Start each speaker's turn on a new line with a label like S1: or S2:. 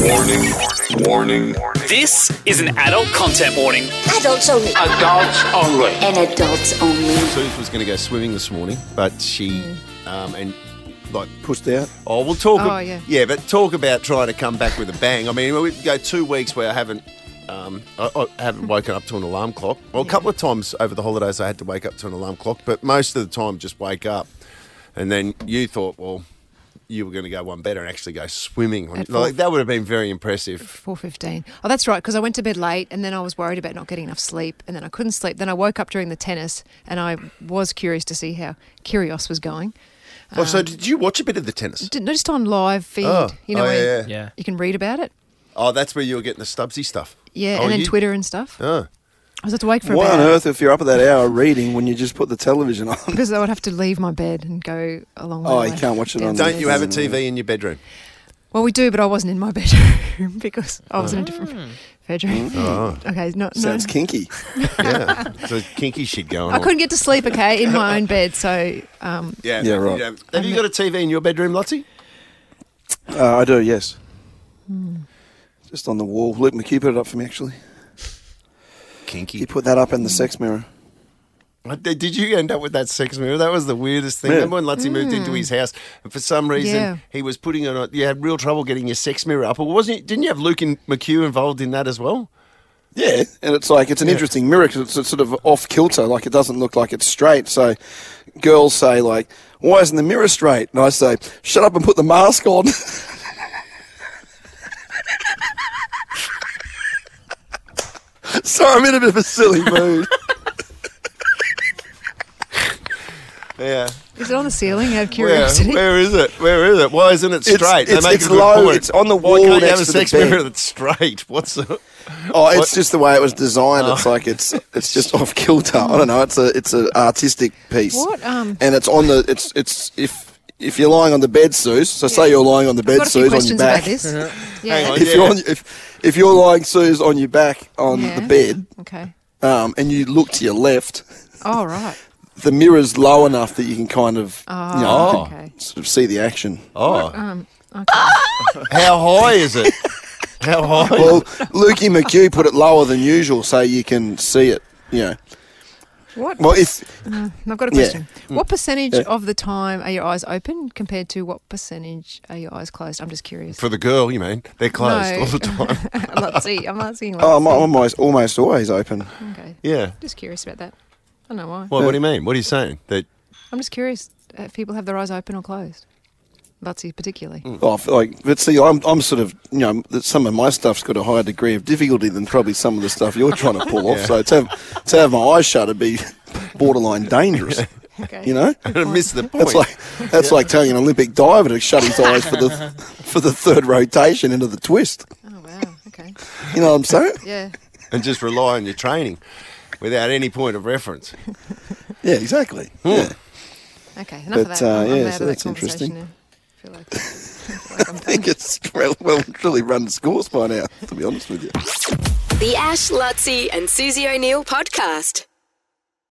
S1: Warning, warning, warning.
S2: This is an adult content warning.
S3: Adults only.
S4: Adults only.
S3: And adults only.
S5: Suze was going to go swimming this morning, but she um, and like pushed out. Oh, we'll talk.
S6: Oh, yeah.
S5: but talk about trying to come back with a bang. I mean, we go two weeks where I haven't. Um, I, I haven't woken up to an alarm clock. Well, a couple of times over the holidays I had to wake up to an alarm clock, but most of the time just wake up. And then you thought, well, you were going to go one better and actually go swimming.
S6: At four-
S5: Like that would have been very impressive.
S6: Four fifteen. Oh, that's right. Because I went to bed late, and then I was worried about not getting enough sleep, and then I couldn't sleep. Then I woke up during the tennis, and I was curious to see how Kyrgios was going.
S5: oh, so did you watch a bit of the tennis?
S6: Didn't just on live feed.
S5: Oh,
S6: you know,
S5: oh,
S6: where
S5: yeah,
S6: you-
S5: yeah.
S2: Yeah.
S6: you can read about it.
S5: Oh, that's where you were getting the Stubbsy stuff.
S6: Yeah,
S5: Oh,
S6: and then
S5: you-
S6: Twitter and stuff.
S5: Oh.
S6: I was had to wait for
S7: Why
S6: about
S7: on earth, if you're up at that hour reading, when you just put the television on?
S6: because I would have to leave my bed and go along.
S7: Oh, you can't watch it on the-
S5: Don't you have a
S7: Mm.
S5: TV in your bedroom?
S6: Well, we do, but I wasn't in my bedroom because I was in a different bedroom. Okay, not
S7: Mm. Oh. Sounds
S6: no.
S7: kinky.
S5: Yeah, it's a kinky shit going
S6: I
S5: on.
S6: couldn't get to sleep, okay, in my own bed. So, um,
S5: Yeah,
S7: Yeah, right.
S5: Have you got a TV in your bedroom, Lottie?
S7: Uh, I do, yes.
S6: Hmm.
S7: Just on the wall. Luke McHugh put it up for me, actually. He
S5: Kinky.
S7: put that up in
S6: Hmm.
S7: the sex mirror.
S5: What- Did did you end up with that sex mirror? That was the weirdest thing.
S7: Yeah.
S5: Remember when Lottie moved into his house, and for some reason
S6: Mm. Yeah.
S5: he was putting it on. You had real trouble getting your sex mirror up, or wasn't? You, didn't you have Luke and McHugh involved in that as well?
S7: Yeah, and it's like it's an interesting mirror 'cause it's, it's sort of off kilter. Like it doesn't look like it's straight. So girls say like, "Why isn't the mirror straight?" And I say, "Shut up and put the mask on." Sorry, I'm in a bit of a silly mood.
S5: Yeah.
S6: is it on the ceiling out of
S5: Where,
S6: curiosity?
S5: where is it? Where is it? Why isn't it
S7: It's-
S5: straight? They
S7: it's-
S5: make
S7: it's
S5: a good
S7: low.
S5: point.
S7: It's on the
S5: Why
S7: wall
S5: can't you
S7: next
S5: have a
S7: to the
S5: sex mirror
S7: bed.
S5: that's straight? What's the?
S7: Oh, it's just the way it was designed. It's like it's it's just off kilter. I don't know. It's a it's an artistic piece.
S6: What, um-
S7: and it's on the it's it's if if you're lying on the bed, Suze. So say you're lying on the
S6: I've
S7: bed,
S6: got a few
S7: Suze, on your
S6: questions
S7: back.
S6: about this.
S5: Hang
S6: Oh, yeah.
S5: on.
S7: If you're on, if if you're lying, Suze, on your back on
S6: Yeah.
S7: the bed,
S6: Okay.
S7: um, and you look to your left,
S6: All right. Oh,
S7: the mirror's low enough that you can kind of you know you can
S6: okay.
S7: sort of see the action.
S5: Oh,
S6: Um,
S5: how high is it? How high?
S7: Well, Lukey McHugh put it lower than usual, so you can see it. You know.
S6: what?
S7: Well, if
S6: I've got a
S7: Yeah. Mm.
S6: question. What percentage
S7: Yeah.
S6: of the time are your eyes open compared to what percentage are your eyes closed? I'm just curious.
S5: For the girl, you mean? They're closed
S6: No.
S5: all the time.
S6: I'm not seeing. I'm not seeing.
S7: oh,
S6: Like,
S7: I'm almost almost always open.
S6: okay.
S5: Yeah.
S6: Just curious about that. I don't know why.
S5: Well, what do you mean? What are you saying? That
S6: I'm just curious if people have their eyes open or closed. Lutzy particularly.
S7: Oh, I feel like, but see, I'm, I'm sort of, you know, that some of my stuff's got a higher degree of difficulty than probably some of the stuff you're trying to pull off. So to have, to have my eyes shut would be borderline dangerous,
S6: Okay.
S7: you know?
S5: I missed the point.
S7: That's like that's like telling an Olympic diver to shut his eyes for the for the third rotation into the twist.
S6: Oh wow. Okay.
S7: You know what I'm saying?
S6: Yeah.
S5: and just rely on your training without any point of reference.
S7: Yeah, exactly. Yeah.
S6: Okay. Enough
S7: But,
S6: of that. I'm-
S7: uh,
S6: I'm
S7: yeah,
S6: out
S7: so
S6: of that
S7: that's
S6: conversation
S7: interesting.
S6: now. I feel like, I feel like I'm
S7: I think it's well, well and truly run the scores by now. To be honest with you.
S3: The Ash, Lutzi, and Susie O'Neill podcast.